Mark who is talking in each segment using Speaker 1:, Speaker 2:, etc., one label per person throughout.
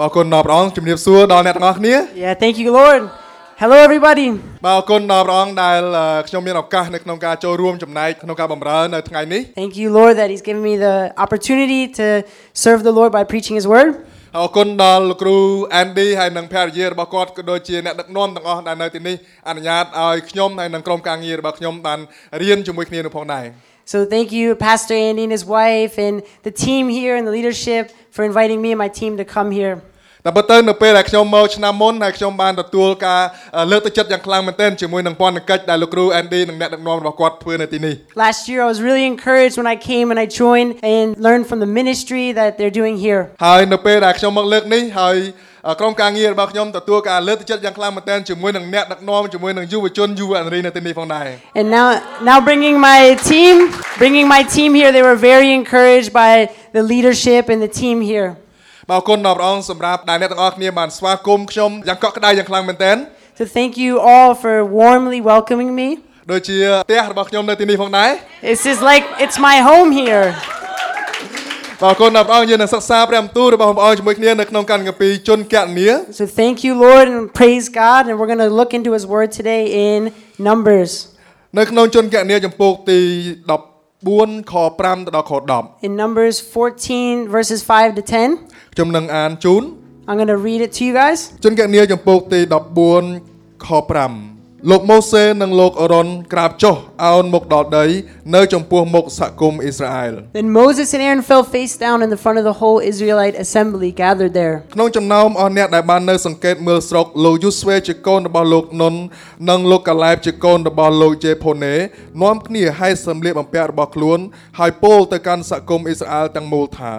Speaker 1: បាទអរគុណដល់ព្រះអង្គជំរាបសួរដល់អ្នកទាំងអស់គ្នា
Speaker 2: Yeah, thank you, Lord. Hello, everybody.
Speaker 1: បាទអរគុណដល់ព្រះអង្គដែលអឺខ្ញុំមានឱកាសនៅក្នុងការចូលរួមចំណែកក្នុងការបម្រើនៅថ្ងៃនេះ
Speaker 2: Thank you, Lord, that He's given me the opportunity to serve the Lord by preaching His word.
Speaker 1: អរគុណដល់លោកគ្រូ Andy ហើយនិងភរិយារបស់គាត់ក៏ដូចជាអ្នកដឹកនាំទាំងអស់ដែលនៅទីនេះអនុញ្ញាតឲ្យខ្ញុំហើយនិងក្រុមការងាររបស់ខ្ញុំបានរៀនជាមួយគ្នានៅផងដែរ
Speaker 2: So, thank you, Pastor Andy and his wife, and the team here and the leadership for inviting me and my team to come here.
Speaker 1: តែពិតទៅនៅពេលដែលខ្ញុំមកឆ្នាំមុនហើយខ្ញុំបានទទួលការអឺលើកទឹកចិត្តយ៉ាងខ្លាំងមែនទែនជាមួយនឹងពន្ធកិច្ចដែលលោកគ្រូ Andy និងអ្នកដឹកនាំរបស់គាត់ធ្វើនៅទីនេះ
Speaker 2: Last year, I was really encouraged when I came and I joined and learned from the ministry that they're doing here.
Speaker 1: ហើយនៅពេលដែលខ្ញុំមកលើកនេះហើយអ่าក្រុមការងាររបស់ខ្ញុំទទួលការលើកទឹកចិត្តយ៉ាងខ្លាំងមែនទែនជាមួយនឹងអ្នកដឹកនាំជាមួយនឹងយុវជនយុវនារីនៅទីនេះផងដែរ
Speaker 2: And now, now bringing my team, bringing my team here, they were very encouraged by the leadership and the team here.
Speaker 1: បាទអរគុណដល់ព្រះអង្គសម្រាប់ដែលអ្នកទាំងអស់គ្នាបានស្វាគមន៍ខ្ញុំយ៉ាងកក់ក្ដៅយ៉ាងខ្លាំងមែនទែន
Speaker 2: So thank you all for warmly welcoming me.
Speaker 1: ដូចជាផ្ទះរបស់ខ្ញុំនៅទីនេះផងដែរ
Speaker 2: This is like it's my home here.
Speaker 1: បាទអរគុណដល់ព្រះអង្គយើងនឹងសិក្សាព្រះបន្ទូលរបស់បងប្អូនជាមួយគ្នានៅក្នុងកាន់កាពីជនកញ្ញា
Speaker 2: So thank you, Lord, and praise God. And we're gonna look into His Word today in Numbers.
Speaker 1: នៅក្នុងជនកញ្ញាចំពោកទី14ខ5ទៅដល់ខ
Speaker 2: In Numbers 14, verses 5 to 10.
Speaker 1: 10ខ្ញុំនឹងអានជូន
Speaker 2: I'm gonna read it to you guys.
Speaker 1: ជនកនាចំពោកទី14ខ5លោកម៉ូសេនិងលោកអរ៉ុនក្រាបចុះអោនមុខដល់ដី នៅចំពោះមុខសហគមន៍អ៊ីស្រាអែល
Speaker 2: Then Moses and Aaron fell face down in the front of the whole Israelite assembly gathered there.
Speaker 1: ក្នុងចំណោមអស់អ្នកដែលបាននៅសង្កេតមើលស្រុកលោកយូស្វេជាកូនរបស់លោកនុននិងលោកកាឡែបជាកូនរបស់លោកជេផូណេនាំគ្នាហែកសម្លៀកបំពាក់របស់ខ្លួន ហើយពោលទៅកាន់សហគមន៍អ៊ីស្រាអែលទាំងមូលថា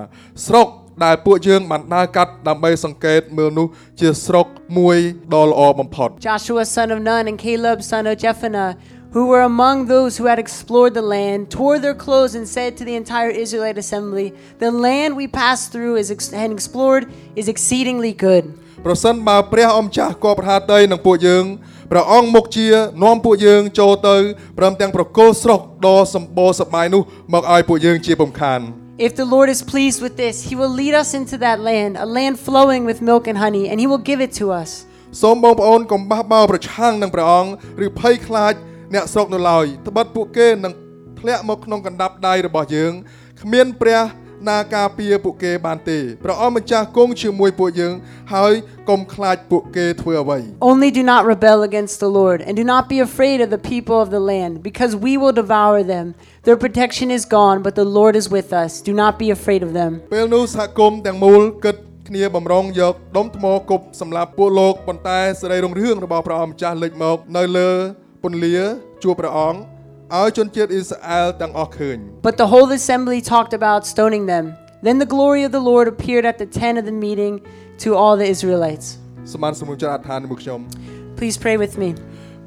Speaker 1: ស្រុកដែលពួកយើងបានដើរកាត់ដើម្បីសង្កេតមើលនោះជាស្រុកមួយដ៏ល្អបំផុត
Speaker 2: Joshua son of Nun and Caleb son of Jephunneh, who were among those who had explored the land, tore their clothes and said to the entire Israelite assembly, "The land we passed through is ex- and explored is exceedingly good."
Speaker 1: ប្រសិនបើព្រះអង្គម្ចាស់គបប្រហាតីនឹងពួកយើងព្រះអង្គមុខជានាំពួកយើងចូលទៅព្រមទាំងប្រគល់ស្រុកដ៏សម្បូរសប្បាយនោះមកឲ្យពួកយើងជាពំខាន
Speaker 2: If the Lord is pleased with this, he will lead us into that land, a land flowing with milk and honey, and he will give it to us.
Speaker 1: សូមបងប្អូនកុំបះបោរប្រឆាំងនឹងព្រះអង្គឬភ័យខ្លាចអ្នកស្រុកនៅឡើយត្បិតពួកគេនឹងធ្លាក់មកក្នុងកណ្ដាប់ដៃរបស់យើងគ្មានព្រះណាការពារពួកគេបានទេព្រះអង្គម្ចាស់គង់ជាមួយពួកយើង ហើយកុំខ្លាចពួកគេធ្វើអ្វី
Speaker 2: Only do not rebel against the Lord, and do not be afraid of the people of the land, because we will devour them. Their protection is gone, but the Lord is with us. Do not be afraid of them.
Speaker 1: ពេលនោះសហគមន៍ទាំងមូលគិតគ្នាបំរុងយកដុំថ្មគប់សម្រាប់ពួកលោកប៉ុន្តែសេរីរុងរឿងរបស់ព្រះអង្គម្ចាស់លេចមកនៅលើពន្លាជួបព្រះអង្គឲ្យជនជាតិអ៊ីស្រាអែលទាំងអស់ឃើញ
Speaker 2: But the whole assembly talked about stoning them. Then the glory of the Lord appeared at the tent of the meeting to all the Israelites.
Speaker 1: សម្បានសមុជរអដ្ឋានជាមួយខ្ញុំ
Speaker 2: Please pray with me.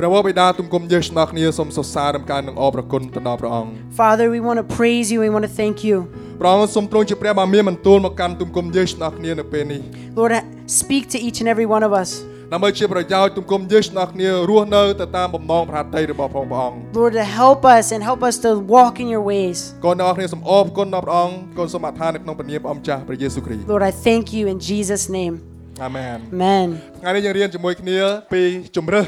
Speaker 1: ព្រះវរបិតាទុំគុំយើងស្នល់គ្នាសូមសរសើរដំណការនឹងអរប្រគុណទៅដល់ព្រះអង្គ
Speaker 2: Father, we want to praise you. We want to thank you.
Speaker 1: ព្រះអង្គសូមទ្រង់ជាព្រះបាមានបន្ទូលមកកាន់ទុំគុំយើងស្នល់គ្នានៅពេលនេះ
Speaker 2: Lord, speak to each and every one of us.
Speaker 1: ដើម្បីជាប្រយោជន៍ទុំគុំយើងស្នល់គ្នារស់នៅទៅតាមបំណងប្រាថ្នារបស់ផងព្រះអង្គ
Speaker 2: Lord, to help us and help us to walk in your ways.
Speaker 1: កូនអ្នកនរគ្នាសូមអរគុណដល់ព្រះអង្គកូនសូមអធិដ្ឋាននៅក្នុងព្រះនាមព្រះអង្គម្ចាស់ព្រះយេស៊ូវគ្រីស្ទ
Speaker 2: Lord, I thank you in Jesus' name.
Speaker 1: អាមែន
Speaker 2: Amen.
Speaker 1: ថ្ងៃនេះយើងរៀនជាមួយគ្នាពីជំរឹះ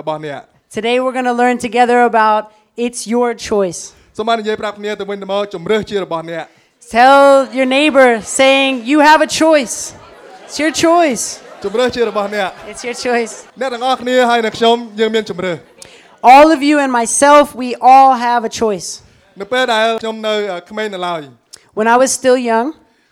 Speaker 1: របស់អ្នក
Speaker 2: Today we're going to learn together about it's your choice.
Speaker 1: សូមបាននិយាយប្រាប់គ្នាទៅវិញទៅមកជំរឹះជារបស់អ្នក
Speaker 2: Tell your neighbor saying, You have a choice. It's your choice.
Speaker 1: ជំរឹះជារបស់អ្នក
Speaker 2: It's your choice.
Speaker 1: អ្នកទាំងអស់គ្នាហើយនិងខ្ញុំយើងមានជំរឹះ
Speaker 2: All of you and myself, we all have a choice.
Speaker 1: នៅពេលដែលខ្ញុំនៅក្មេងនៅឡើយ
Speaker 2: When I was still young,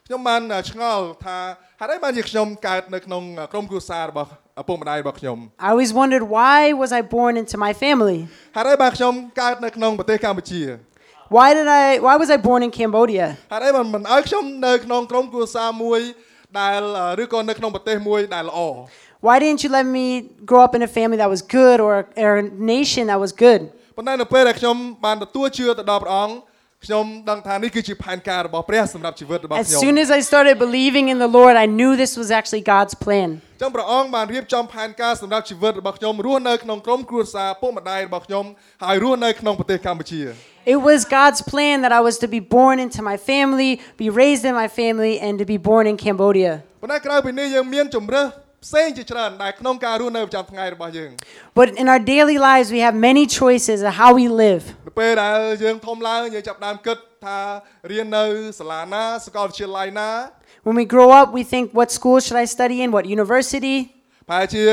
Speaker 1: ខ្ញុំបានឆ្ងល់ថាហេតុអីបានជាខ្ញុំកើតនៅក្នុងក្រុមគ្រួសាររបស់ឪពុកម្ដាយរបស់ខ្ញុំ
Speaker 2: I always wondered why was I born into my family?
Speaker 1: ហេតុអីបានខ្ញុំកើតនៅក្នុងប្រទេសកម្ពុជា
Speaker 2: Why did I why was I born in Cambodia?
Speaker 1: ហេតុអីមិនមិនឲ្យខ្ញុំនៅក្នុងក្រុមគ្រួសារមួយដែលអឺឬក៏នៅក្នុងប្រទេសមួយដែលល្អ
Speaker 2: Why didn't you let me grow up in a family that was good or, or a nation that was good?
Speaker 1: ប៉ុន្តែនៅពេលដែលខ្ញុំបានទទួលជឿទៅដល់ព្រះអង្គខ្ញុំដឹងថានេះគឺជាផែនការរបស់ព្រះសម្រាប់ជីវិតរបស់
Speaker 2: As
Speaker 1: ខ្ញុំ
Speaker 2: soon as I started believing in the Lord, I knew this was actually God's plan.
Speaker 1: អញ្ចឹងព្រះអង្គបានរៀបចំផែនការសម្រាប់ជីវិតរបស់ខ្ញុំរស់នៅក្នុងក្រុមគ្រួសារពុកម្ដាយរបស់ខ្ញុំហើយរស់នៅក្នុងប្រទេសកម្ពុជា
Speaker 2: It was God's plan that I was to be born into my family, be raised in my family, and to be born in Cambodia.
Speaker 1: ប៉ុន្តែក្រៅពីនេះយើងមានជំរើសផ្សេងជាច្រើនដែលក្នុងការរស់នៅប្រចាំថ្ងៃរបស់យើង
Speaker 2: But in our daily lives, we have many choices of how we live.
Speaker 1: នៅពេលដែលយើងធំឡើងយើងចាប់ផ្ដើមគិតថារៀននៅសាលាណាសាកលវិទ្យាល័យណា
Speaker 2: When we grow up, we think, what school should I study in? What university?
Speaker 1: ប្រហែលជា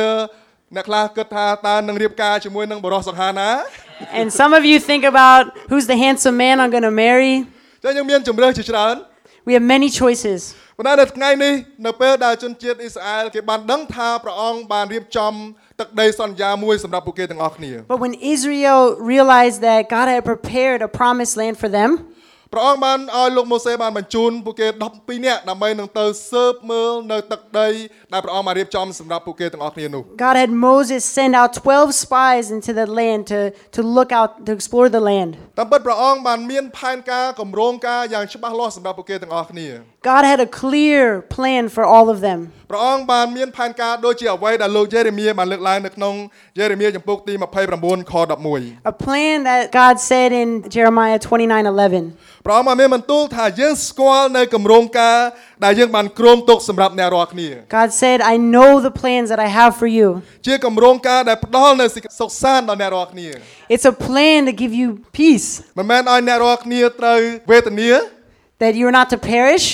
Speaker 1: អ្នកខ្លះគិតថាតើនឹងរៀបការជាមួយនឹងបរិសសង្ហាណា
Speaker 2: And some of you think about who's the handsome man I'm going to marry.
Speaker 1: អញ្ចឹងយើងមានជំរើសជាច្រើន
Speaker 2: We have many choices.
Speaker 1: ប៉ុន្តែនៅថ្ងៃនេះនៅពេលដែលជនជាតិអ៊ីស្រាអែលគេបានដឹងថាព្រះអង្គបានរៀបចំទឹកដីសន្យាមួយសម្រាប់ពួកគេទាំងអស់គ្នា
Speaker 2: But when Israel realized that God had prepared a promised land for them,
Speaker 1: ព្រះអង្គបានឲ្យលោកម៉ូសេបានបញ្ជូនពួកគេ12នាក់ដើម្បីនឹងទៅស៊ើបមើលនៅទឹកដីដែលព្រះអង្គបានរៀបចំសម្រាប់ពួកគេទាំងអស់គ្នានោះ
Speaker 2: God had Moses send out 12 spies into the land to, to look out, to explore the land.
Speaker 1: តាមពិតព្រះអង្គបានមានផែនការគម្រោងការយ៉ាងច្បាស់លាស់សម្រាប់ពួកគេទាំងអស់គ្នា
Speaker 2: God had a clear plan for all of them.
Speaker 1: ព្រះអង្គបានមានផែនការដូចជាអ្វីដែលលោកយេរេមៀបានលើកឡើងនៅក្នុងយេរេមៀចំពុកទី29ខ11
Speaker 2: A plan that God said in Jeremiah 29 11.
Speaker 1: ព្រះអង្គបានមានបន្ទូលថាយើងស្គាល់នៅគម្រោងការដែលយើងបានគ្រោងទុកសម្រាប់អ្នករាល់គ្នា
Speaker 2: God said, I know the plans that I have for you.
Speaker 1: ជាគម្រោងការដែលផ្ដល់នូវសេចក្ដីសុខសាន្តដល់អ្នករាល់គ្នា
Speaker 2: It's a plan to give you peace,
Speaker 1: មិនមែនឲ្យអ្នករាល់គ្នាត្រូវវេទនា
Speaker 2: that you are not to perish,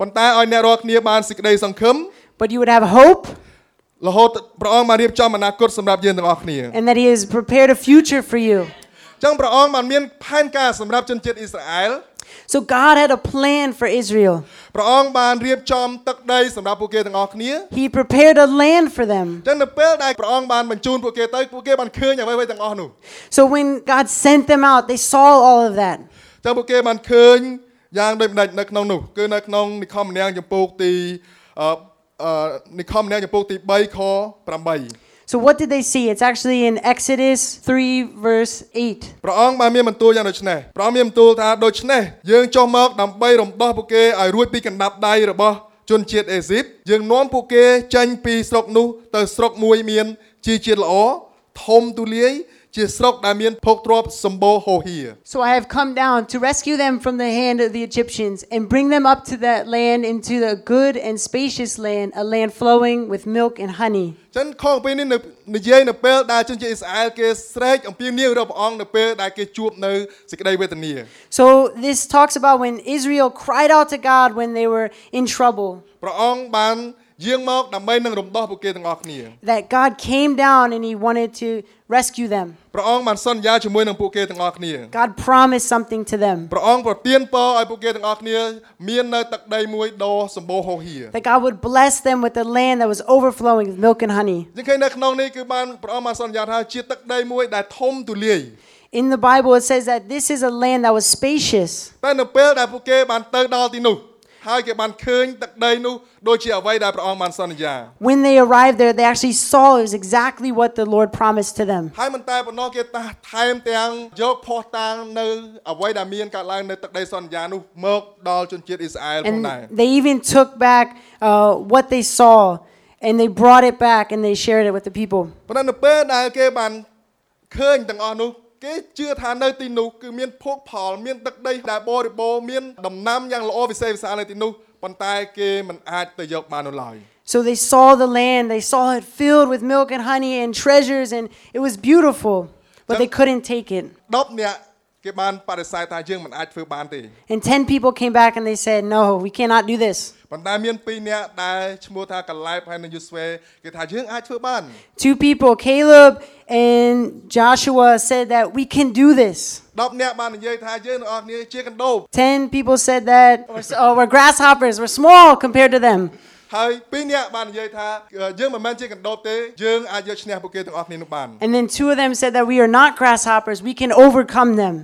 Speaker 1: ប៉ុន្តែឲ្យអ្នករាល់គ្នាបានសេចក្តីសង្ឃឹម
Speaker 2: but you would have hope,
Speaker 1: រហូតព្រះអង្គបានរៀបចំអនាគតសម្រាប់យើងទាំងអស់គ្នា
Speaker 2: and that He has prepared a future for you.
Speaker 1: អញ្ចឹងព្រះអង្គបានមានផែនការសម្រាប់ជនជាតិអ៊ីស្រាអែល
Speaker 2: So God had a plan for Israel.
Speaker 1: ព្រះអង្គបានរៀបចំទឹកដីសម្រាប់ពួកគេទាំងអស់គ្នា
Speaker 2: He prepared a land for them.
Speaker 1: អញ្ចឹងនៅពេលដែលព្រះអង្គបានបញ្ជូនពួកគេទៅពួកគេបានឃើញអ្វីៗទាំងអស់នោះ
Speaker 2: So when God sent them out, they saw all of that.
Speaker 1: អញ្ចឹងពួកគេបានឃើញយ៉ាងដូចម្ដេចនៅក្នុងនោះគឺនៅក្នុងនិខមម្នាក់ចម្ពោះទីអឺអឺនិខមម្នាក់ចម្ពោះទី3ខ8
Speaker 2: So what did they see? It's actually in Exodus 3, verse 8.
Speaker 1: ព្រះអង្គបានមានបន្ទូលយ៉ាងដូចនេះព្រះអង្គមានបន្ទូលថាដូច្នេះយើងចុះមកដើម្បីរំដោះពួកគេឲ្យរួចពីកណ្ដាប់ដៃរបស់ជនជាតិអេស៊ីបយើងនាំពួកគេចេញពីស្រុកនោះទៅស្រុកមួយមានជាជាតិល្អធំទូលាយជាស្រុកដែលមានភោគទ្រព្យសម្បូរហូរហៀរ
Speaker 2: So I have come down to rescue them from the hand of the Egyptians and bring them up to that land into the good and spacious land, a land flowing with milk and honey.
Speaker 1: អញ្ចឹងខងពេលនេះនៅនិយាយនៅពេលដែលជនជាតិអ៊ីស្រាអែលគេស្រែកអំពាវនាវរបស់ព្រះអង្គនៅពេលដែលគេជួបនៅសេចក្តីវេទនា
Speaker 2: So this talks about when Israel cried out to God when they were in trouble,
Speaker 1: ព្រះអង្គបានយាងមកដើម្បីនឹងរំដោះពួកគេទាំងអស់គ្នា
Speaker 2: that God came down and he wanted to rescue them.
Speaker 1: ព្រះអង្គបានសន្យាជាមួយនឹងពួកគេទាំងអស់គ្នា
Speaker 2: God promised something to them.
Speaker 1: ព្រះអង្គប្រទានពរឲ្យពួកគេទាំងអស់គ្នាមាននៅទឹកដីមួយដ៏សម្បូរហូរហៀរ
Speaker 2: That God would bless them with a land that was overflowing with milk and honey.
Speaker 1: យើងឃើញនៅក្នុងនេះគឺបានព្រះអង្គបានសន្យាថាជាទឹកដីមួយដែលធំទូលាយ
Speaker 2: In the Bible, it says that this is a land that was spacious.
Speaker 1: តែនៅពេលដែលពួកគេបានទៅដល់ទីនោះហើយគេបានឃើញទឹកដីនោះដូចជាអ្វីដែលព្រះអង្គបានសន្យា
Speaker 2: When they arrived there, they actually saw it was exactly what the Lord promised to them.
Speaker 1: ហើយមិនតែប៉ុណ្ណោះគេតាស់ថែមទាំងយកភ័ស្តុតាងនៅអ្វីដែលមានកើតឡើងនៅទឹកដីសន្យានោះមកដល់ជនជាតិអ៊ីស្រាអែលផង
Speaker 2: And
Speaker 1: ដែរ
Speaker 2: they even took back uh, what they saw and they brought it back and they shared it with the people.
Speaker 1: ប៉ុន្តែនៅពេលដែលគេបានឃើញទាំងអស់នោះគេជឿថានៅទីនោះគឺមានភោគផលមានទឹកដីដែលបរិបូរណ៍មានដំណាំយ៉ាងល្អវិសេសវិសាលនៅទីនោះប៉ុន្តែគេមិនអាចទៅយកបាននោះឡើយ
Speaker 2: So they saw the land, they saw it filled with milk and honey and treasures, and it was beautiful, but they couldn't take it.
Speaker 1: 10នាក់គេបានបដិសេធថាយើងមិនអាចធ្វើបានទេ
Speaker 2: And 10 people came back and they said, No, we cannot do this.
Speaker 1: ប៉ុន្តែមាន2នាក់ដែលឈ្មោះថាកាឡែបហើយនិងយូស្វេគេថាយើងអាចធ្វើបាន
Speaker 2: Two people, Caleb and Joshua, said that we can do this.
Speaker 1: 10នាក់បាននិយាយថាយើងទាំងអស់គ្នាជាកណ្ដូប
Speaker 2: Ten people said that we're, oh, we're grasshoppers, we're small compared to them.
Speaker 1: ហើយ2នាក់បាននិយាយថាយើងមិនមែនជាកណ្ដូបទេយើងអាចយកឈ្នះពួកគេទាំងអស់គ្នានោះបាន
Speaker 2: And then two of them said that we are not grasshoppers, we can overcome them.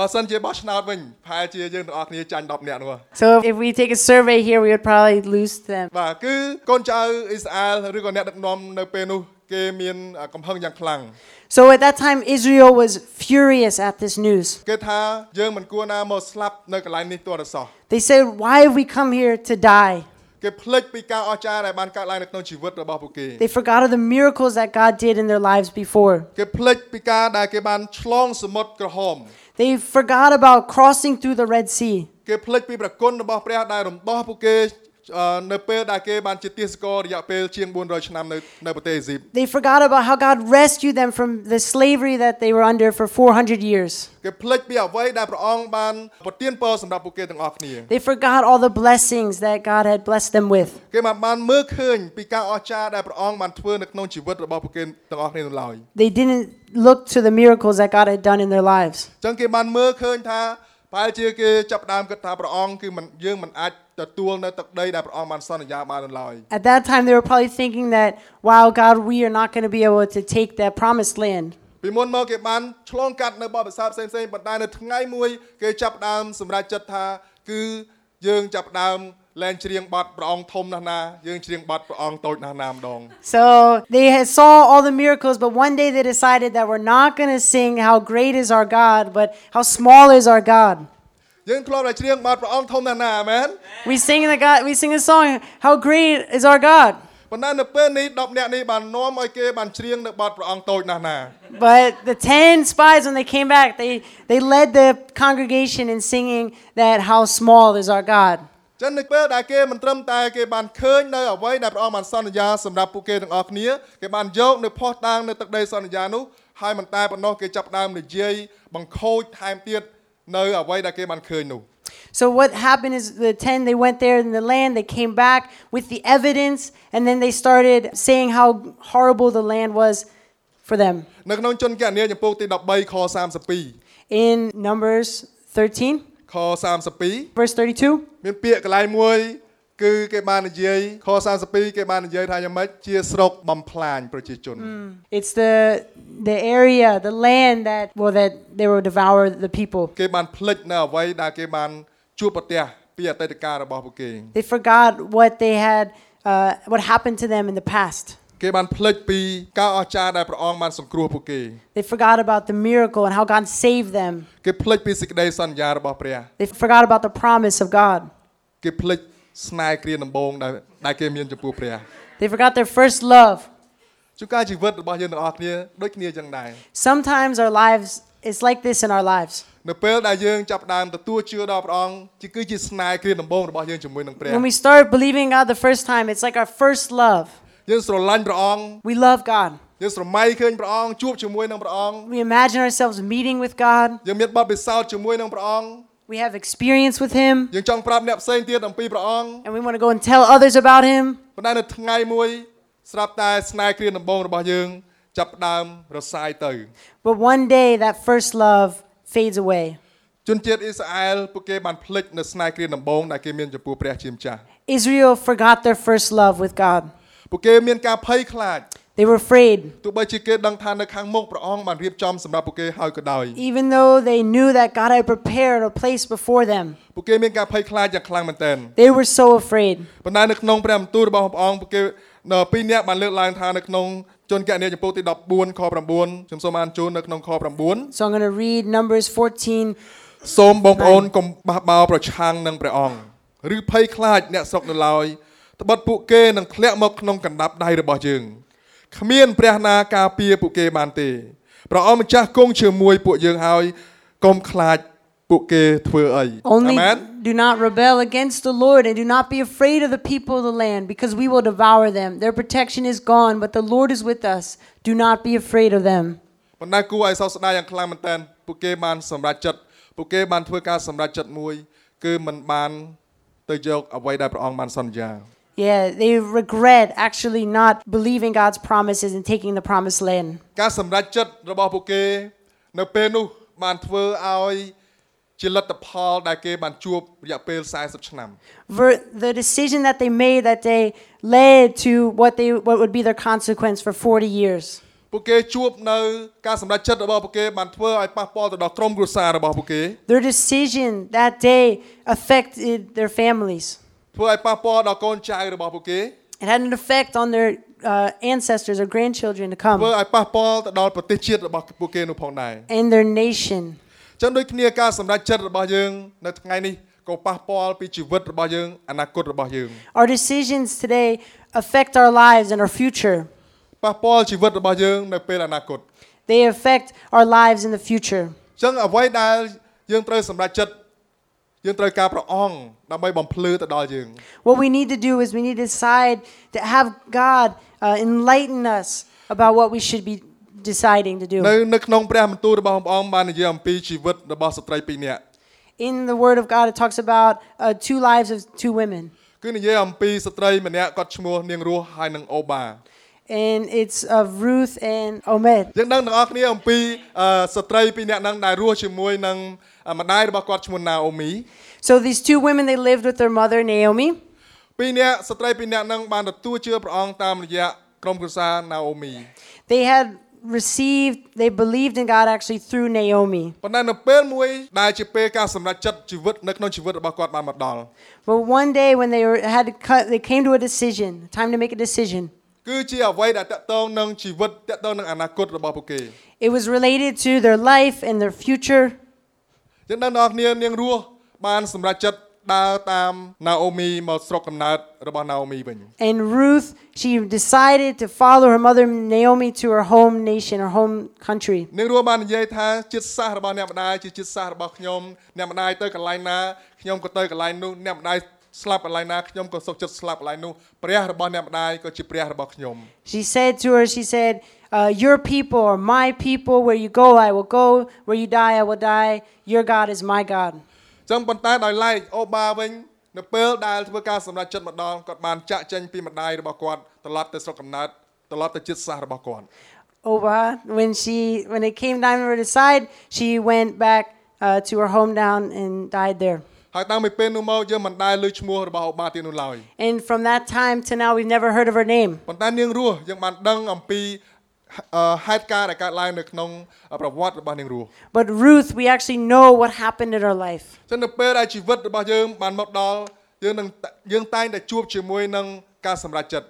Speaker 1: បើសិនជាបោះឆ្នោតវិញប្រហែលជាយើងទាំងអស់គ្នាចាញ់10នាក់នោះ
Speaker 2: So if we take a survey here, we would probably lose to them.
Speaker 1: បាទគឺកូនចៅអ៊ីស្រាអែលឬក៏អ្នកដឹកនាំនៅពេលនោះគេមានកំហឹងយ៉ាងខ្លាំង
Speaker 2: So at that time, Israel was furious at this news.
Speaker 1: គេថាយើងមិនគួរណាមកស្លាប់នៅកន្លែងនេះទាល់តែសោះ
Speaker 2: They said, Why have we come here to die?
Speaker 1: គេភ្លេចពីការអស្ចារ្យដែលបានកើតឡើងនៅក្នុងជីវិតរបស់ពួកគេ
Speaker 2: They forgot of the miracles that God did in their lives before.
Speaker 1: គេភ្លេចពីការដែលគេបានឆ្លងសមុទ្រក្រហម
Speaker 2: They forgot about crossing through the Red Sea.
Speaker 1: គេភ្លេចពីប្រគុណរបស់ព្រះដែលរំដោះពួកគេអឺនៅពេលដែលគេបានជាទាសកររយៈពេលជាង400ឆ្នាំនៅនៅប្រទេសអេស៊ីប
Speaker 2: They forgot about how God rescued them from the slavery that they were under for 400 years.
Speaker 1: គេភ្លេចពីអ្វីដែលព្រះអង្គបានប្រទានពរសម្រាប់ពួកគេទាំងអស់គ្នា
Speaker 2: They forgot all the blessings that God had blessed them with.
Speaker 1: គេមិនបានមើលឃើញពីការអស្ចារ្យដែលព្រះអង្គបានធ្វើនៅក្នុងជីវិតរបស់ពួកគេទាំងអស់គ្នានោះឡើយ
Speaker 2: They didn't look to the miracles that God had done in their lives.
Speaker 1: អញ្ចឹងគេបានមើលឃើញថាប្រហែលជាគេចាប់ផ្ដើមគិតថាព្រះអង្គគឺមិនយើងមិនអាចទទួលនៅទឹកដីដែលព្រះអង្គបានសន្យាបាននោះឡើយ
Speaker 2: At that time, they were probably thinking that, wow, God, we are not going to be able to take that promised land.
Speaker 1: ពីមុនមកគេបានឆ្លងកាត់នៅបបិសាផ្សេងផ្សេងៗប៉ុន្តែនៅថ្ងៃមួយគេចាប់ផ្ដើមសម្រេចចិត្តថា គឺយើងចាប់ផ្ដើមលែងច្រៀងបាត់ព្រះអង្គធំណាស់ណាយើងច្រៀងបាត់ព្រះអង្គតូចណាស់ណាម្ដង
Speaker 2: So they had saw all the miracles, but one day they decided that we're not going to sing how great is our God, but how small is our God.
Speaker 1: យើងធ្លាប់តែច្រៀងបាត់ព្រះអង្គធំណាស់ណាមែន
Speaker 2: We sing the God, we sing a song, how great is our God.
Speaker 1: ប៉ុន្តែនៅពេលនេះ10នាក់នេះបាននាំឲ្យគេបានច្រៀងនៅបាត់ព្រះអង្គតូចណាស់ណា
Speaker 2: But the 10 spies, when they came back, they, they led the congregation in singing that how small is our God.
Speaker 1: ចឹងនៅពេលដែលគេមិនត្រឹមតែគេបានឃើញនៅអ្វីដែលព្រះអង្គបានសន្យាសម្រាប់ពួកគេទាំងអស់គ្នាគេបានយកនៅផោះតាំងនៅទឹកដីសន្យានោះហើយមិនតែប៉ុណ្ណោះគេចាប់ផ្ដើមនិយាយបង្ខូចថែមទៀតនៅអ្វីដែលគេបានឃើញនោះ
Speaker 2: So what happened is the 10 they went there in the land, they came back with the evidence, and then they started saying how horrible the land was for them.
Speaker 1: នៅក្នុងជនគណនាចំពោះទី13ខ32
Speaker 2: In Numbers 13,
Speaker 1: ខ32
Speaker 2: verse 32,
Speaker 1: មានពាក្យកន្លែងមួយ គឺគេបាននិយាយខ32គេបាននិយាយថាយ៉ាងម៉េចជាស្រុកបំផ្លាញប្រជាជន
Speaker 2: it's the the area, the land that well that they will devour the people.
Speaker 1: គេបានផ្លិចនៅអ្វីដែលគេបានជួបប្រទះពីអតីតកាលរបស់ពួកគេ
Speaker 2: They forgot what they had uh, what happened to them in the past.
Speaker 1: គេបានផ្លេចពីការអស្ចារ្យដែលព្រះអង្គបានសង្គ្រោះពួកគេ
Speaker 2: They forgot about the miracle and how God saved them.
Speaker 1: គេផ្លេចពីសេចក្តីសន្យារបស់ព្រះ
Speaker 2: They forgot about the promise of God.
Speaker 1: គេផ្លេចស្នេហ៍គ្រាដំបងដែលដែលគេមានចំពោះព្រះ
Speaker 2: They forgot their first love.
Speaker 1: ជួនកាលជីវិតរបស់យើងទាំងអស់គ្នាដូចគ្នាយ៉ាងដែរ
Speaker 2: Sometimes our lives it's like this in our lives.
Speaker 1: នៅពេលដែលយើងចាប់ផ្ដើមទទួលជឿដល់ព្រះអង្គគឺគឺជាស្នេហ៍គ្រាដំបងរបស់យើងជាមួយនឹងព្រះ
Speaker 2: When we start believing God the first time, it's like our first love.
Speaker 1: យើងស្រឡាញ់ព្រះអង្គ
Speaker 2: We love God.
Speaker 1: យើងស្រមៃឃើញព្រះអង្គជួបជាមួយនឹងព្រះអង្គ
Speaker 2: We imagine ourselves meeting with God.
Speaker 1: យើងមានបទពិសោធន៍ជាមួយនឹងព្រះអង្គ
Speaker 2: We have experience with Him,
Speaker 1: យើងចង់ប្រាប់អ្នកផ្សេងទៀតអំពីព្រះអង្គ
Speaker 2: and we want to go and tell others about Him.
Speaker 1: ប៉ុន្តែនៅថ្ងៃមួយស្រាប់តែស្នេហ៍គ្រាដំបងរបស់យើងចាប់ផ្ដើមរសាយទៅ
Speaker 2: But one day, that first love fades away.
Speaker 1: ជនជាតិអ៊ីស្រាអែលពួកគេបានផ្លិចនៅស្នេហ៍គ្រាដំបងដែលគេមានចំពោះព្រះជាម្ចាស់
Speaker 2: Israel forgot their first love with God.
Speaker 1: ពួកគេមានការភ័យខ្លាច
Speaker 2: They were afraid.
Speaker 1: ទោះបីជាគេដឹងថានៅខាងមុខព្រះអង្គបានរៀបចំសម្រាប់ពួកគេហើយក៏ដោយ
Speaker 2: Even though they knew that God had prepared a place before them,
Speaker 1: ពួកគេមានការភ័យខ្លាចយ៉ាងខ្លាំងមែនទែន
Speaker 2: they were so afraid.
Speaker 1: ប៉ុន្តែនៅក្នុងព្រះបន្ទូលរបស់ព្រះអង្គពួកគេនៅពីរអ្នកបានលើកឡើងថានៅក្នុងជនគណនាចំពោះទី14ខ9ខ្ញុំសូមអានជូននៅក្នុងខ9
Speaker 2: So I'm going to read Numbers 14.
Speaker 1: សូមបងប្អូនកុំបះបោរប្រឆាំងនឹងព្រះអង្គឬភ័យខ្លាចអ្នកស្រុកនៅឡើយត្បិតពួកគេនឹងធ្លាក់មកក្នុងកណ្ដាប់ដៃរបស់យើងគ្មានព្រះណាការពារពួកគេបានទេព្រះអង្គម្ចាស់គង់ជាមួយពួកយើងហើយកុំខ្លាចពួកគេធ្វើអី
Speaker 2: Only
Speaker 1: មែន
Speaker 2: do not rebel against the Lord and do not be afraid of the people of the land, because we will devour them. Their protection is gone, but the Lord is with us. Do not be afraid of them.
Speaker 1: ប៉ុន្តែគួរឲ្យសោកស្ដាយយ៉ាងខ្លាំងមែនទែនពួកគេបានសម្រេចចិត្តពួកគេបានធ្វើការសម្រេចចិត្តមួយ គឺមិនបានទៅយកអ្វីដែលព្រះអង្គបានសន្យា
Speaker 2: Yeah, they regret actually not believing God's promises and taking the promised land.
Speaker 1: ការសម្រេចចិត្តរបស់ពួកគេនៅពេលនោះបានធ្វើឲ្យជាលទ្ធផលដែលគេបានជួបរយៈពេល40ឆ្នាំ
Speaker 2: Ver- the decision that they made that day led to what they what would be their consequence for 40 years.
Speaker 1: ព ពួកគេជួបនៅការសម្រេចចិត្តរបស់ពួកគេបានធ្វើឲ្យប៉ះពាល់ទៅដល់ក្រុមគ្រួសាររបស់ពួកគេ
Speaker 2: Their decision that day affected their families.
Speaker 1: ធ្វើឲ្យប៉ះពាល់ដល់កូនចៅរបស់ពួកគេ
Speaker 2: It had an effect on their uh, ancestors or grandchildren to
Speaker 1: ធ្វើ
Speaker 2: come
Speaker 1: ឲ្យប៉ះពាល់ទៅដល់ប្រទេសជាតិរបស់ពួកគេនោះផងដែរ
Speaker 2: and their nation.
Speaker 1: ចឹងដូចគ្នាការសម្រេចចិត្តរបស់យើងនៅថ្ងៃនេះក៏ប៉ះពាល់ពីជីវិតរបស់យើងអនាគតរបស់យើង
Speaker 2: Our decisions today affect our lives and our future.
Speaker 1: ប៉ះពាល់ជីវិតរបស់យើងនៅពេលអនាគត
Speaker 2: They affect our lives in the future.
Speaker 1: ចឹងអ្វីដែលយើងត្រូវសម្រេចចិត្តយើងត្រូវការព្រះអង្គដើម្បីបំភ្លឺទៅដល់យើង
Speaker 2: What we need to do is we need to decide to have God uh, enlighten us about what we should be deciding to
Speaker 1: នៅ
Speaker 2: do.
Speaker 1: នៅក្នុងព្រះបន្ទូលរបស់ព្រះអង្គបាននិយាយអំពីជីវិតរបស់ស្ត្រីពីរនាក់
Speaker 2: In the Word of God, it talks about uh, two lives of two women.
Speaker 1: គឺនិយាយអំពីស្ត្រីម្នាក់គាត់ឈ្មោះនាងរស់ហើយនឹងអូបា
Speaker 2: And it's of Ruth and Omed.
Speaker 1: យើងដឹងទាំងអស់គ្នាអំពីអឺស្ត្រីពីរនាក់ហ្នឹងដែលរស់ជាមួយនឹងអឺម្ដាយរបស់គាត់ឈ្មោះណាអូមី
Speaker 2: So these two women, they lived with their mother, Naomi.
Speaker 1: ពីរនាក់ស្ត្រីពីរនាក់ហ្នឹងបានទទួលជឿព្រះអង្គតាមរយៈក្រុមគ្រួសារណាអូមី
Speaker 2: They had received, they believed in God actually through Naomi.
Speaker 1: ប៉ុន្តែនៅពេលមួយដែលជាពេលការសម្រេចចិត្តជីវិតនៅក្នុងជីវិតរបស់គាត់បានមកដល់
Speaker 2: But one day when they were, had to cut, they came to a decision, time to make a decision.
Speaker 1: គឺជាអ្វីដែលតកតងនឹងជីវិតតកតងនឹងអនាគតរបស់ពួកគេ
Speaker 2: It was related to their life and their future.
Speaker 1: យើងដឹងដល់គ្នានាងរស់បានសម្រេចចិត្តដើរតាមណាអូមីមកស្រុកកំណើតរបស់ណាអូមីវិញ
Speaker 2: And Ruth, she decided to follow her mother Naomi to her home nation, her home country.
Speaker 1: នាងរស់បាននិយាយថាចិត្តសាសន៍របស់អ្នកម្ដាយជាចិត្តសាសន៍របស់ខ្ញុំអ្នកម្ដាយទៅកន្លែងណាខ្ញុំក៏ទៅកន្លែងនោះអ្នកម្ដាយស្លាប់កន្លែងណាខ្ញុំក៏សុខចិត្តស្លាប់កន្លែងនោះព្រះរបស់អ្នកម្ដាយក៏ជាព្រះរបស់ខ្ញុំ
Speaker 2: She said to her, she said, uh, Your people are my people. Where you go, I will go. Where you die, I will die. Your God is my God.
Speaker 1: អញ្ចឹងប៉ុន្តែដោយឡែកអូបាវិញនៅពេលដែលធ្វើការសម្រេចចិត្តម្ដងគាត់បានចាក់ចែងពីម្ដាយរបស់គាត់ត្រឡប់ទៅស្រុកកំណើតត្រឡប់ទៅចិត្តសាសន៍របស់គាត់
Speaker 2: Oba, when she when it came time for her to decide, she went back uh, to her hometown and died there.
Speaker 1: ហើយតាំងពីពេលនោះមកយើងមិនដែលលើឈ្មោះរបស់អូបាទៀតនោះឡើយ
Speaker 2: And from that time to now, we've never heard of her name.
Speaker 1: ប៉ុន្តែនាងរស់យើងបានដឹងអំពីអឺហេតុការណ៍ដែលកើតឡើងនៅក្នុងប្រវត្តិរបស់នាងរស់
Speaker 2: But Ruth, we actually know what happened in her life.
Speaker 1: ចឹងនៅពេលដែលជីវិតរបស់យើងបានមកដល់យើងនឹងយើងតែងតែជួបជាមួយនឹងការសម្រេចចិត្ត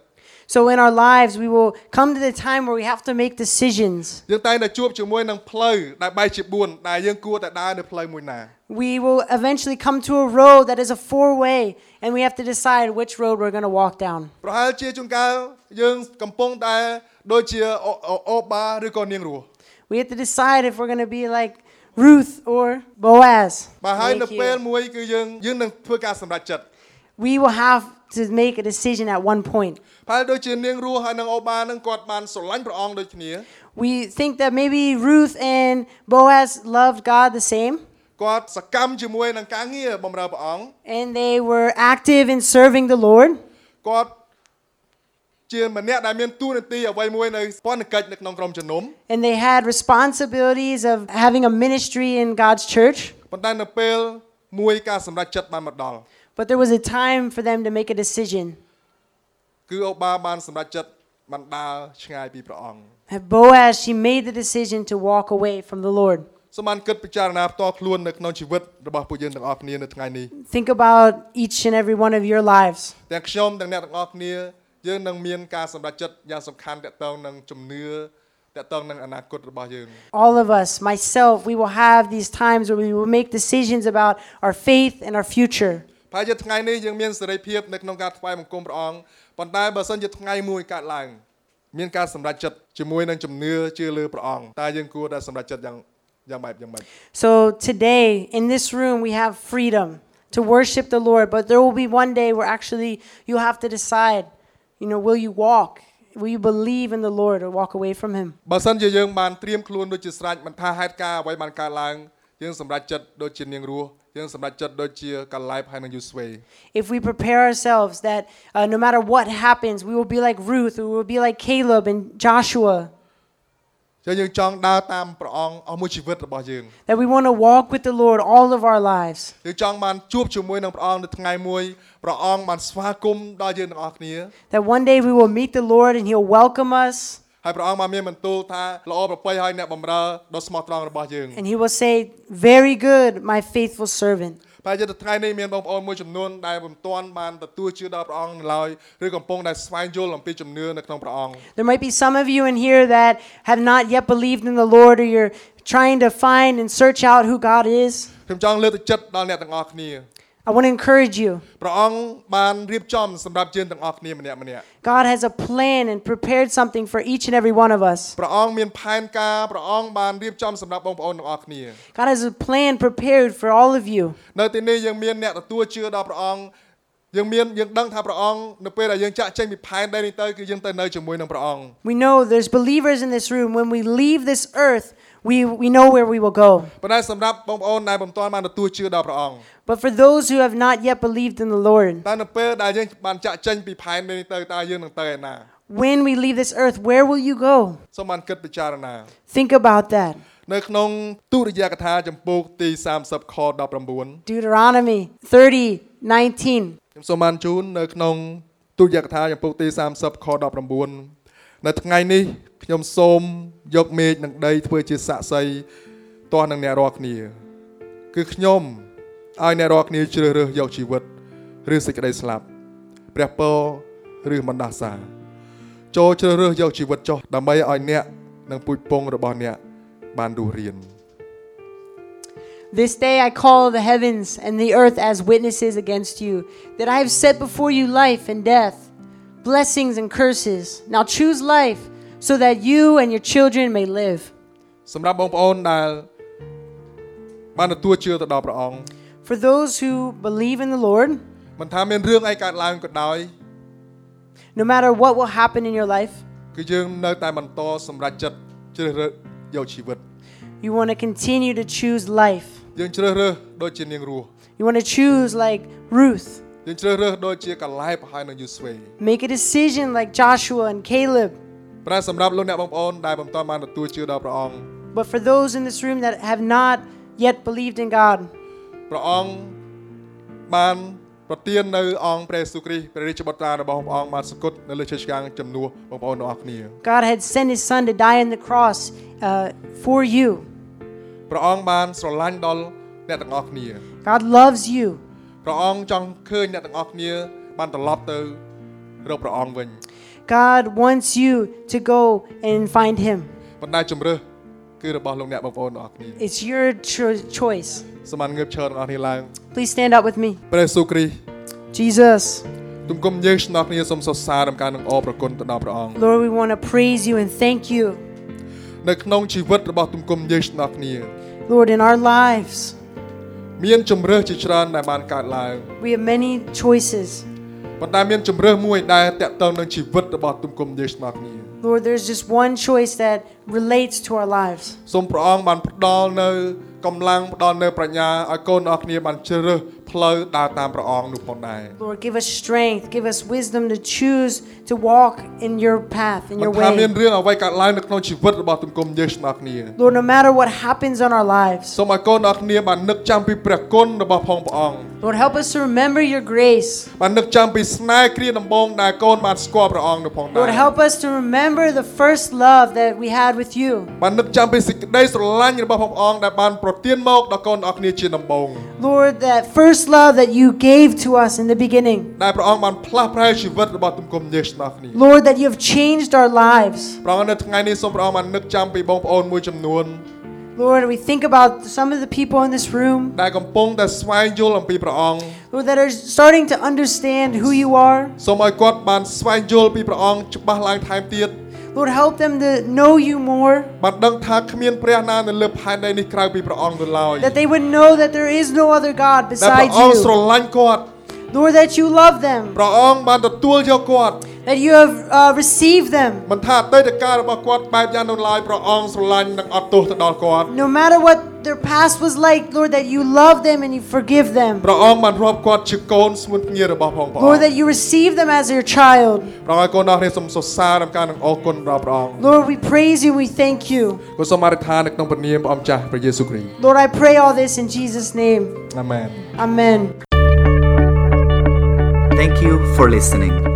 Speaker 2: So in our lives, we will come to the time where we have to make decisions.
Speaker 1: យើងតែងតែជួបជាមួយនឹងផ្លូវដែលបែកជា4ដែលយើងគួរតែដើរនៅផ្លូវមួយណា
Speaker 2: We will eventually come to a road that is a four way, and we have to decide which road we're going to walk down.
Speaker 1: ប្រហែលជាជួនកាលយើងកំពុងតែដូចជាអូអូអូបាឬក៏នាងរស់
Speaker 2: We have to decide if we're going to be like Ruth or Boaz.
Speaker 1: បាទហើយ
Speaker 2: Thank
Speaker 1: នៅ
Speaker 2: you.
Speaker 1: ពេលមួយគឺយើងយើងនឹងធ្វើការសម្រេចចិត្ត
Speaker 2: We will have to make a decision at one point.
Speaker 1: ប្រហែលដូចជានាងរស់ហើយនឹងអូបានឹងគាត់បានស្រឡាញ់ព្រះអង្គដូចគ្នា
Speaker 2: We think that maybe Ruth and Boaz loved God the same,
Speaker 1: គាត់សកម្មជាមួយនឹងការងារបម្រើព្រះអង្គ
Speaker 2: and they were active in serving the Lord.
Speaker 1: គាត់ជាម្នាក់ដែលមានទួនាទីអ្វីមួយនៅពន្ធកិច្ចនៅក្នុងក្រុមជំនុំ
Speaker 2: And they had responsibilities of having a ministry in God's church.
Speaker 1: ប៉ុន្តែនៅពេលមួយការសម្រេចចិត្តបានមកដល់
Speaker 2: But there was a time for them to make a decision.
Speaker 1: គឺអូបាបានសម្រេចចិត្តបានដើរឆ្ងាយពីព្រះអង្គ
Speaker 2: And Boaz, she made the decision to walk away from the Lord.
Speaker 1: សូមបានគិតពិចារណាផ្ទាល់ខ្លួននៅក្នុងជីវិតរបស់ពួកយើងទាំងអស់គ្នានៅថ្ងៃនេះ
Speaker 2: Think about each and every one of your lives.
Speaker 1: ទាំងខ្ញុំទាំងអ្នកទាំងអស់គ្នាយើងនឹងមានការសម្រេចចិត្តយ៉ាងសំខាន់ទាក់ទងនឹងជំនឿទាក់ទងនឹងអនាគតរបស់យើង
Speaker 2: All of us, myself, we will have these times where we will make decisions about our faith and our future.
Speaker 1: ប្រហែលជាថ្ងៃនេះយើងមានសេរីភាពនៅក្នុងការថ្វាយបង្គំព្រះអង្គប៉ុន្តែបើសិនជាថ្ងៃមួយកើតឡើងមានការសម្រេចចិត្តជាមួយនឹងជំនឿជឿលើព្រះអង្គតើយើងគួរតែសម្រេចចិត្តយ៉ាងយ៉ាងបែបយ៉ាងម៉េច
Speaker 2: So today, in this room, we have freedom to worship the Lord, but there will be one day where actually you have to decide, you know, will you walk? Will you believe in the Lord or walk away from Him?
Speaker 1: បើសិនជាយើងបានត្រៀមខ្លួនដូចជាស្រេចមិនថាហេតុការណ៍អ្វីបានកើតឡើងយើងសម្រេចចិត្តដូចជានាងរស់យើងសម្រេចចិត្តដូចជាកាឡែបហើយនឹងយូស្វេ
Speaker 2: If we prepare ourselves that uh, no matter what happens, we will be like Ruth, we will be like Caleb and Joshua,
Speaker 1: ចឹងយើងចង់ដើរតាមព្រះអង្គអស់មួយជីវិតរបស់យើង
Speaker 2: that we want to walk with the Lord all of our lives,
Speaker 1: យើងចង់បានជួបជាមួយនឹងព្រះអង្គនៅថ្ងៃមួយព្រះអង្គបានស្វាគមន៍ដល់យើងទាំងអស់គ្នា
Speaker 2: that one day we will meet the Lord and He'll welcome us,
Speaker 1: ហើយព្រះអង្គបានមានបន្ទូលថាល្អប្រពៃហើយអ្នកបម្រើដ៏ស្មោះត្រង់របស់យើង
Speaker 2: And he will say, Very good, my faithful servant.
Speaker 1: បាទយន្តថ្ងៃនេះមានបងប្អូនមួយចំនួនដែលមិនទាន់បានទទួលជឿដល់ព្រះអង្គនៅឡើយឬកំពុងតែស្វែងយល់អំពីជំនឿនៅក្នុងព្រះអង្គ
Speaker 2: There might be some of you in here that have not yet believed in the Lord or you're trying to find and search out who God is.
Speaker 1: ខ្ញុំចង់លើកទឹកចិត្តដល់អ្នកទាំងអស់គ្នា
Speaker 2: I want to encourage you.
Speaker 1: ព្រះអង្គបានរៀបចំសម្រាប់យើងទាំងអស់គ្នាម្នាក់ម្នាក់ៗ
Speaker 2: God has a plan and prepared something for each and every one of us.
Speaker 1: ព្រះអង្គមានផែនការព្រះអង្គបានរៀបចំសម្រាប់បងប្អូនទាំងអស់គ្នា
Speaker 2: God has a plan prepared for all of you.
Speaker 1: នៅទីនេះយើងមានអ្នកទទួលជឿដល់ព្រះអង្គយើងមានយើងដឹងថាព្រះអង្គនៅពេលដែលយើងចាក់ចេញពីផែនដីនេះទៅគឺយើងទៅនៅជាមួយនឹងព្រះអង្គ
Speaker 2: We know there's believers in this room. When we leave this earth, we, we know where we will go.
Speaker 1: ប៉ុន្តែសម្រាប់បងប្អូនដែលមិនទាន់បានទទួលជឿដល់ព្រះអង្គ
Speaker 2: But for those who have not yet believed in the Lord,
Speaker 1: តើនៅពេលដែលយើងបានចាក់ចេញពីផែនដីនេះទៅតើយើងនឹងទៅឯណា
Speaker 2: when we leave this earth, where will you go?
Speaker 1: សូមបានគិតពិចារណា
Speaker 2: Think about that.
Speaker 1: នៅក្នុងទុរិយកថាចំពោះទី30ខ19
Speaker 2: Deuteronomy 30 19.
Speaker 1: ខ្ញុំសូមបានជូននៅក្នុងទូយកថាចំពុកទី30ខ19នៅថ្ងៃនេះខ្ញុំសូមយកមេឃនិងដីធ្វើជាសាក្សីទាស់នឹងអ្នករាល់គ្នា គឺខ្ញុំឲ្យអ្នករាល់គ្នាជ្រើសរើសយកជីវិតឬសេចក្តីស្លាប់ព្រះពរឬមណ្ដាសា ចូលជ្រើសរើសយកជីវិតចុះដើម្បីឲ្យអ្នកនិងពូជពងរបស់អ្នកបានរស់រាន
Speaker 2: This day I call the heavens and the earth as witnesses against you, that I have set before you life and death, blessings and curses. Now choose life, so that you and your children may live.
Speaker 1: សម្រាប់បងប្អូនដែលបានទទួលជឿទៅដល់ព្រះអង្គ
Speaker 2: For those who believe in the Lord,
Speaker 1: មិនថាមានរឿងអីកើតឡើងក៏ដោយ
Speaker 2: no matter what will happen in your life,
Speaker 1: គឺយើងនៅតែបន្តសម្រេចចិត្តជ្រើសរើសយកជីវិត
Speaker 2: you want to continue to choose life.
Speaker 1: យើងជ្រើសរើសដូចជានាងរស់
Speaker 2: You want to choose like Ruth,
Speaker 1: យើងជ្រើសរើសដូចជាកាលែបហើយនឹងយូស្វេ
Speaker 2: make a decision like Joshua and Caleb.
Speaker 1: ប្រែសម្រាប់លោកអ្នកបងប្អូនដែលមិនទាន់បានទទួលជឿដល់ព្រះអង្គ
Speaker 2: But for those in this room that have not yet believed in God,
Speaker 1: ព្រះអង្គបានប្រទាននៅអង្គព្រះយេស៊ូវគ្រីស្ទព្រះរាជបុត្រារបស់ព្រះអង្គបានសគត់នៅលើជ័យឆ្កាងជំនួសបងប្អូនទាំងអស់គ្នា
Speaker 2: God had sent his son to die on the cross uh, for you.
Speaker 1: ព្រះអង្គបានស្រឡាញ់ដល់អ្នកទាំងអស់គ្នា
Speaker 2: God loves you.
Speaker 1: ព្រះអង្គចង់ឃើញអ្នកទាំងអស់គ្នាបានត្រឡប់ទៅរកព្រះអង្គវិញ
Speaker 2: God wants you to go and find him.
Speaker 1: ប៉ុន្តែជំរឿសគឺរបស់លោកអ្នកបងប្អូនទាំងអស់គ្នា
Speaker 2: It's your cho- choice.
Speaker 1: សូមបានងើបឈរទាំងអស់គ្នាឡើង
Speaker 2: Please stand up with me.
Speaker 1: ព្រះយេស៊ូវគ្រីស្ទ
Speaker 2: Jesus,
Speaker 1: ទុំគុំយើងស្នងគ្នាសូមសរសើរដល់ការនឹងអរប្រគុណទៅដល់ព្រះអង្គ
Speaker 2: Lord, we want to praise you and thank you.
Speaker 1: នៅក្នុងជីវិតរបស់ទុំគុំយើងស្នងគ្នា
Speaker 2: Lord, in our lives,
Speaker 1: មានជំរឿសជាច្រើនដែលបានកើតឡើង
Speaker 2: we have many choices.
Speaker 1: ប៉ុន្តែមានជំរឿសមួយដែលតាក់ទងនឹងជីវិតរបស់ទុំគុំយើងស្នងគ្នា
Speaker 2: Lord, there's just one choice that relates to our lives.
Speaker 1: សូមព្រះអង្គបានផ្ដល់នៅកម្លាំងផ្ដល់នៅប្រាជ្ញាឲ្យកូនទាំងអស់គ្នាបានជ្រើសផ្លូវដើរតាមព្រះអង្គនោះផងដែរ
Speaker 2: Lord, give us strength, give us wisdom to choose to walk in your path, in
Speaker 1: មិន
Speaker 2: your
Speaker 1: ថាមាន
Speaker 2: way.
Speaker 1: រឿងអ្វីកើតឡើងនៅក្នុងជីវិតរបស់ទុំគុំយើងស្នងគ្នា
Speaker 2: Lord, no matter what happens on our lives,
Speaker 1: សូមឲ្យកូនអរគ្នាបាននឹកចាំពីព្រះគុណរបស់ផងព្រះអង្គ
Speaker 2: Lord, help us to remember your grace.
Speaker 1: បាននឹកចាំពីស្នេហ៍គ្រាដំបងដែលកូនបានស្គាល់ព្រះអង្គនៅផងដែ
Speaker 2: Lord,
Speaker 1: រ
Speaker 2: help us to remember the first love that we had with you.
Speaker 1: បាននឹកចាំពីសេចក្តីស្រឡាញ់របស់ផងព្រះអង្គដែលបានប្រទានមកដល់កូនអរគ្នាជាដំបង
Speaker 2: Lord, that first love that you gave to us in the beginning.
Speaker 1: ដែលព្រះអង្គបានផ្លាស់ប្រែជីវិតរបស់ទំគុំយើងស្នងគ្នា
Speaker 2: Lord, that you have changed our lives.
Speaker 1: ព្រះអង្គនៅថ្ងៃនេះសូមព្រះអង្គបាននឹកចាំពីបងប្អូនមួយចំនួន
Speaker 2: Lord, we think about some of the people in this room,
Speaker 1: ដែលកំពុងតែស្វែងយល់អំពីព្រះអង្គ
Speaker 2: Lord, that are starting to understand who you are.
Speaker 1: សូមឲ្យគាត់បានស្វែងយល់ពីព្រះអង្គច្បាស់ឡើងថែមទៀត
Speaker 2: Lord, help them to know you more,
Speaker 1: បានដឹងថាគ្មានព្រះណានៅលើផែនដីនេះក្រៅពីព្រះអង្គទៅឡើយ
Speaker 2: that they would know that there is no other God
Speaker 1: ដែលព្រះ
Speaker 2: besides
Speaker 1: អង្គស្រ
Speaker 2: you.
Speaker 1: ឡាញ់គាត់
Speaker 2: Lord, that you love them,
Speaker 1: ព្រះអង្គបានទទួលយកគាត់
Speaker 2: that you have uh, received them.
Speaker 1: មិនថាអតីតកាលរបស់គាត់បែបយ៉ាងនោះឡើយព្រះអង្គស្រឡាញ់និងអត់ទោសទៅដល់គាត់
Speaker 2: No matter what their past was like, Lord, that you love them and you forgive them.
Speaker 1: ព្រះអង្គបានរាប់គាត់ជាកូនស្មួនភ្ញៀររបស់ផងព្រះអង្គ
Speaker 2: Lord, that you receive them as your child.
Speaker 1: ព្រះអង្គឲ្យកូនអស់គ្នាសូមសរសើរដល់ការនឹងអរគុណដល់ព្រះអង្គ
Speaker 2: Lord, we praise you, we thank you.
Speaker 1: គូសូមអធិដ្ឋាននៅក្នុងព្រះនាមព្រះអម្ចាស់ព្រះយេស៊ូវគ្រីស្ទ
Speaker 2: Lord, I pray all this in Jesus' name.
Speaker 1: អាមែន
Speaker 2: Amen.
Speaker 3: Thank you for listening.